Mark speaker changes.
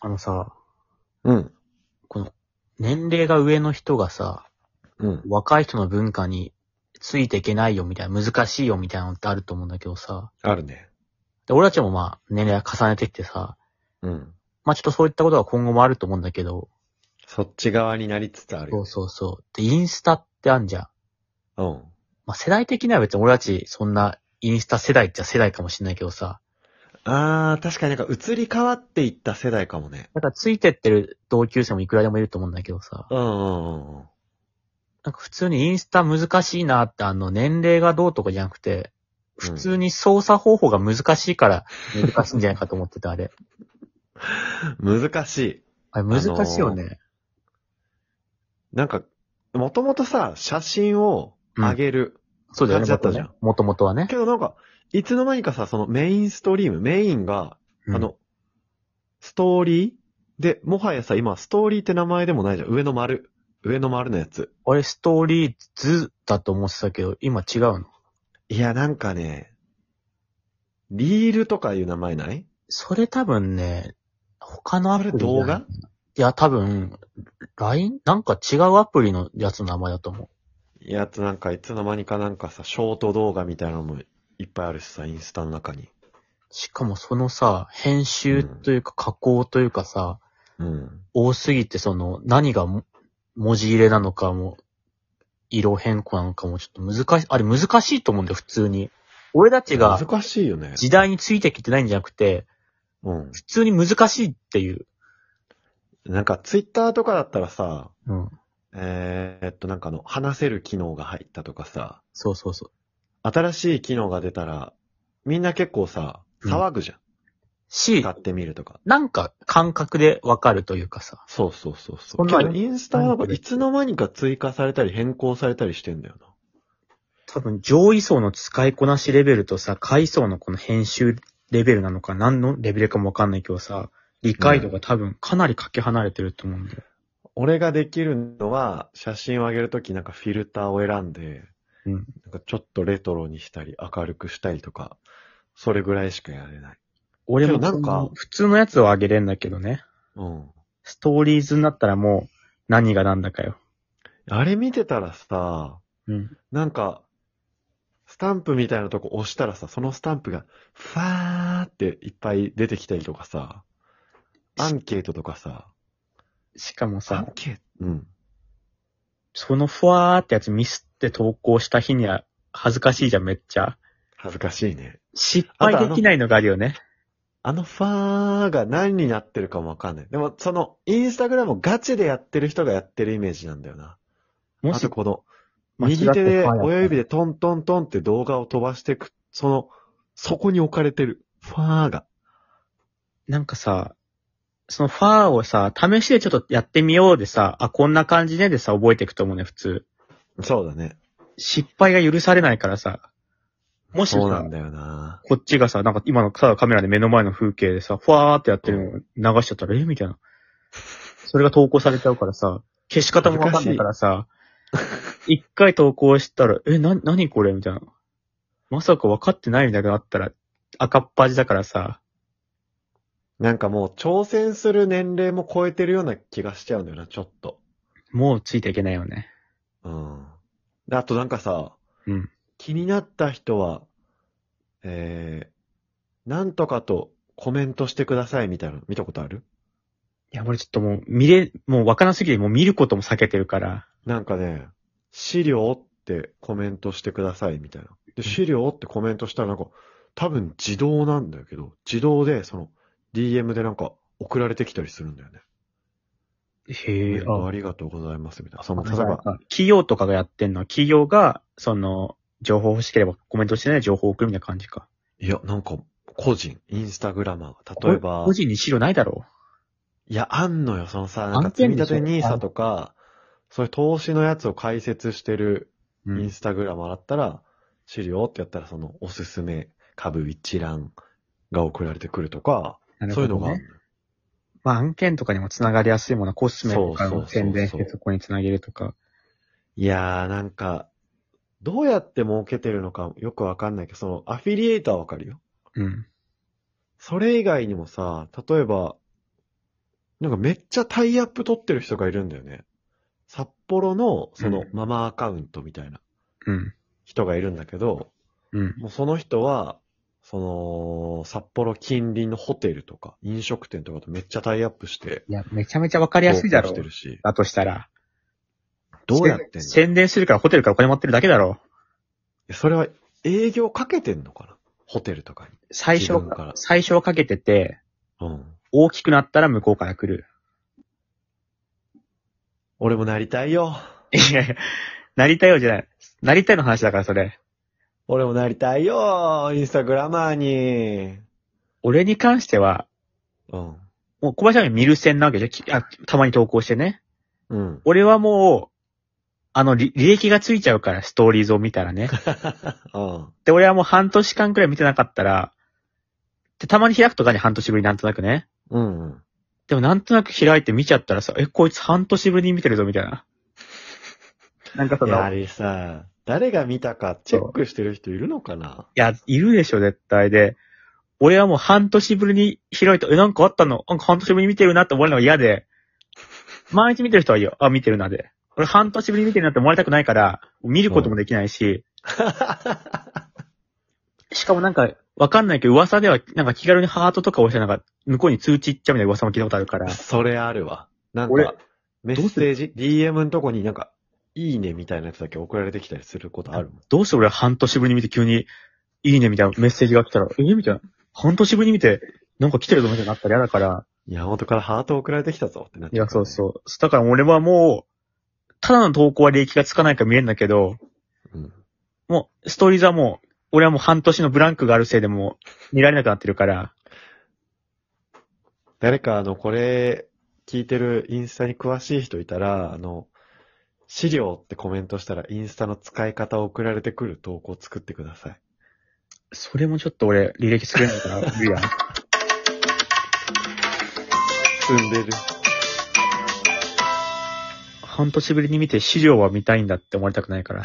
Speaker 1: あのさ、
Speaker 2: うん。
Speaker 1: 年齢が上の人がさ、
Speaker 2: うん。
Speaker 1: 若い人の文化についていけないよみたいな、難しいよみたいなのってあると思うんだけどさ、
Speaker 2: あるね。
Speaker 1: で俺たちもまあ、年齢が重ねてきてさ、
Speaker 2: うん。
Speaker 1: まあちょっとそういったことは今後もあると思うんだけど、
Speaker 2: そっち側になりつつある
Speaker 1: そ
Speaker 2: よ
Speaker 1: う。そうそう。で、インスタってあんじゃん。
Speaker 2: うん。
Speaker 1: まあ世代的には別に俺たちそんなインスタ世代っちゃ世代かもしれないけどさ、
Speaker 2: あー、確かになんか移り変わっていった世代かもね。
Speaker 1: なんかついてってる同級生もいくらでもいると思うんだけどさ、
Speaker 2: うんうんうん。
Speaker 1: なんか普通にインスタ難しいなってあの年齢がどうとかじゃなくて、普通に操作方法が難しいから難しいんじゃないかと思ってた、あれ。
Speaker 2: 難しい。
Speaker 1: あれ難しいよね。
Speaker 2: なんか、もともとさ、写真を上げる。
Speaker 1: そうだよね。
Speaker 2: 感じだったじゃん
Speaker 1: もともとはね
Speaker 2: け。どなんか、いつの間にかさ、そのメインストリーム、メインが、
Speaker 1: うん
Speaker 2: あの、ストーリーで、もはやさ、今、ストーリーって名前でもないじゃん。上の丸。上の丸のやつ。
Speaker 1: 俺ストーリーズだと思ってたけど、今違うの。
Speaker 2: いや、なんかね、リールとかいう名前ない
Speaker 1: それ多分ね、他のアプリじゃない
Speaker 2: 動画
Speaker 1: いや、多分、LINE? なんか違うアプリのやつの名前だと思う。
Speaker 2: やつなんかいつの間にかなんかさ、ショート動画みたいなのもいっぱいあるしさ、インスタの中に。
Speaker 1: しかもそのさ、編集というか加工というかさ、
Speaker 2: うん。
Speaker 1: 多すぎてその、何がも文字入れなのかも、色変更なのかもちょっと難しい、あれ難しいと思うんだよ、普通に。俺たちが
Speaker 2: 難しいよね。
Speaker 1: 時代についてきてないんじゃなくて、
Speaker 2: うん。
Speaker 1: 普通に難しいっていう。
Speaker 2: なんかツイッターとかだったらさ、
Speaker 1: うん。
Speaker 2: えー、っとなんかあの、話せる機能が入ったとかさ、
Speaker 1: そうそうそう。
Speaker 2: 新しい機能が出たら、みんな結構さ、
Speaker 1: うん
Speaker 2: 騒ぐじゃん。
Speaker 1: し
Speaker 2: 使、ってみるとか。
Speaker 1: なんか感覚でわかるというかさ。
Speaker 2: そうそうそうそ
Speaker 1: そ。
Speaker 2: うん
Speaker 1: な
Speaker 2: け
Speaker 1: の
Speaker 2: どインスタはなんかいつの間にか追加されたり変更されたりしてんだよな。
Speaker 1: 多分上位層の使いこなしレベルとさ、下位層のこの編集レベルなのか何のレベルかもわかんないけどさ、理解度が多分かなりかけ離れてると思うんだよ。
Speaker 2: 俺ができるのは、写真を上げるときなんかフィルターを選んで、
Speaker 1: うん
Speaker 2: なんかちょっとレトロにしたり、明るくしたりとか、それぐらいしかやれない。
Speaker 1: 俺も
Speaker 2: けどなんか
Speaker 1: その普通のやつを上げれんだけどね。
Speaker 2: うん。
Speaker 1: ストーリーズになったらもう何がなんだかよ。
Speaker 2: あれ見てたらさ、
Speaker 1: うん。
Speaker 2: なんか、スタンプみたいなとこ押したらさ、そのスタンプが、ファーっていっぱい出てきたりとかさ、アンケートとかさ、
Speaker 1: しかも
Speaker 2: ア
Speaker 1: さ
Speaker 2: ン、ケートうん。
Speaker 1: そのふわーってやつミスって投稿した日には恥ずかしいじゃん、めっちゃ。
Speaker 2: 恥ずかしいね。
Speaker 1: 失敗できないのがあるよね。
Speaker 2: あのファーが何になってるかもわかんない。でも、その、インスタグラムをガチでやってる人がやってるイメージなんだよな。
Speaker 1: も
Speaker 2: あ
Speaker 1: し
Speaker 2: と、この、
Speaker 1: 間違って
Speaker 2: 右手で
Speaker 1: ファーやったら
Speaker 2: 親指でトントントンって動画を飛ばしてく、その、そこに置かれてる、ファーが。
Speaker 1: なんかさ、そのファーをさ、試しでちょっとやってみようでさ、あ、こんな感じねでさ、覚えていくと思うね、普通。
Speaker 2: そうだね。
Speaker 1: 失敗が許されないからさ。もし
Speaker 2: そうな
Speaker 1: さ
Speaker 2: ん、だよな。
Speaker 1: こっちがさ、なんか今のさ、カメラで目の前の風景でさ、ファーってやってるのを流しちゃったら、えみたいな。それが投稿されちゃうからさ、消し方もわかんないからさ、一回投稿したら、え、な、なにこれみたいな。まさか分かってないみたいなのがあったら、赤っ端だからさ、
Speaker 2: なんかもう、挑戦する年齢も超えてるような気がしちゃうんだよな、ちょっと。
Speaker 1: もうついていけないよね。
Speaker 2: うん。であとなんかさ、
Speaker 1: うん
Speaker 2: 気になった人は、えー、なんとかとコメントしてくださいみたいなの見たことある
Speaker 1: いや、俺ちょっともう見れ、もうわからなすぎて、もう見ることも避けてるから。
Speaker 2: なんかね、資料ってコメントしてくださいみたいな。で、資料ってコメントしたらなんか、多分自動なんだけど、自動でその DM でなんか送られてきたりするんだよね。
Speaker 1: へ
Speaker 2: メールありがとうございますみたいな。その、例えば、
Speaker 1: 企業とかがやってんのは、企業が、その、情報欲しければコメントしてない情報を送るみたいな感じか。
Speaker 2: いや、なんか、個人、インスタグラマーが、例えば、
Speaker 1: 個人に資料ないだろ
Speaker 2: いや、あんのよ、そのさ、なんか
Speaker 1: 案
Speaker 2: 積み
Speaker 1: 件でしょ
Speaker 2: 立て NISA とか、そういう投資のやつを解説してる
Speaker 1: う。
Speaker 2: インスタグラマーだったら、資料ってやったらそのおすすめ株一覧が送られてくるとか、
Speaker 1: なる
Speaker 2: そうい
Speaker 1: ほ
Speaker 2: うの
Speaker 1: ど
Speaker 2: があ
Speaker 1: ね
Speaker 2: る。
Speaker 1: まあ、案件とかにも繋がりやすいものは、コスメとか
Speaker 2: そうそうそう
Speaker 1: の
Speaker 2: そ
Speaker 1: 宣
Speaker 2: う
Speaker 1: 伝してそこに繋げるとか。
Speaker 2: いやー、なんか、どうやって儲けてるのかよくわかんないけど、そのアフィリエイターはわかるよ。
Speaker 1: うん。
Speaker 2: それ以外にもさ、例えば、なんかめっちゃタイアップ取ってる人がいるんだよね。札幌の、その
Speaker 1: う、ん
Speaker 2: ママアカウントみたいな
Speaker 1: うん。
Speaker 2: 人がいるんだけど、
Speaker 1: うん。
Speaker 2: もうその人は、その、札幌近隣のホテルとか、飲食店とかとめっちゃタイアップして、
Speaker 1: いや、めちゃめちゃわかりやすいだろ
Speaker 2: 投稿して。るし。
Speaker 1: だとしたら。
Speaker 2: どうやってんの
Speaker 1: 宣伝するからホテルからお金持ってるだけだろ。
Speaker 2: それは営業かけてんのかなホテルとか
Speaker 1: 最初
Speaker 2: 自分から、
Speaker 1: 最初はかけてて、
Speaker 2: に。うん。
Speaker 1: 大きくなったら向こうから来る。
Speaker 2: 俺もなりたいよ。
Speaker 1: いやいや、なりたいよじゃない。なりたいの話だから、それ。
Speaker 2: 俺もなりたいよ。インスタグラマーに。
Speaker 1: 俺に関しては、
Speaker 2: うん。
Speaker 1: もう小林さんが見る線なわけじゃんきあ、たまに投稿してね。
Speaker 2: うん。
Speaker 1: 俺はもう、あの、り履歴がついちゃうから、ストーリーズを見たら ね。
Speaker 2: うん。
Speaker 1: で、俺はもう半年間くらい見てなかったら、で、たまに開くとかに半年ぶりなんとなくね。
Speaker 2: うんうん。
Speaker 1: でもなんとなく開いて見ちゃったらさ、え、こいつ半年ぶりに見てるぞ、みたいな。なんかそ
Speaker 2: い
Speaker 1: の、
Speaker 2: や、あ
Speaker 1: い
Speaker 2: れさ、誰が見たかチェックしてる人いるのかな。
Speaker 1: や、いるでしょ、絶対で。俺はもう半年ぶりに開いて、え、なんかあったのなんか半年ぶりに見てるなって思われるのが嫌で、毎日見てる人はいいよ。あ、見てるなで。俺半年ぶりに見てるなって思われたくないから、見ることもできないし、しかもなんか、わかんないけど、噂では、なんか気軽にハートとか押して、なんか、向こうに通知いっちゃうみたいな噂も聞いたことあるから
Speaker 2: それあるわ。なん
Speaker 1: 俺
Speaker 2: か、メッセージ ?DM のとこになんか、いいねみたいなやつだけ送られてきたりすることあるもん。
Speaker 1: どうして俺半年ぶりに見て急に、いいねみたいなメッセージが来たら、えみたいな。半年ぶりに見て、なんか来てるぞみたいになったら嫌だから。
Speaker 2: 山本からハート送られてきたぞってなっ
Speaker 1: い
Speaker 2: て、
Speaker 1: や、そうそう。だから俺はもう、ただの投稿は利益がつかないから見えんだけど、
Speaker 2: う。うん。
Speaker 1: もう、ストーリーズはもう、俺はもう半年のブランクがあるせいでもう、見られなくなってるから、
Speaker 2: 誰か、あの、これ、聞いてるインスタに詳しい人いたら、あの、資料ってコメントしたら、インスタの使い方を送られてくる投稿作ってください。
Speaker 1: それもちょっと俺、履歴作れない から、無理やん。
Speaker 2: 進んでる。
Speaker 1: 半年ぶりに見て資料は見たいんだって思われたくないから。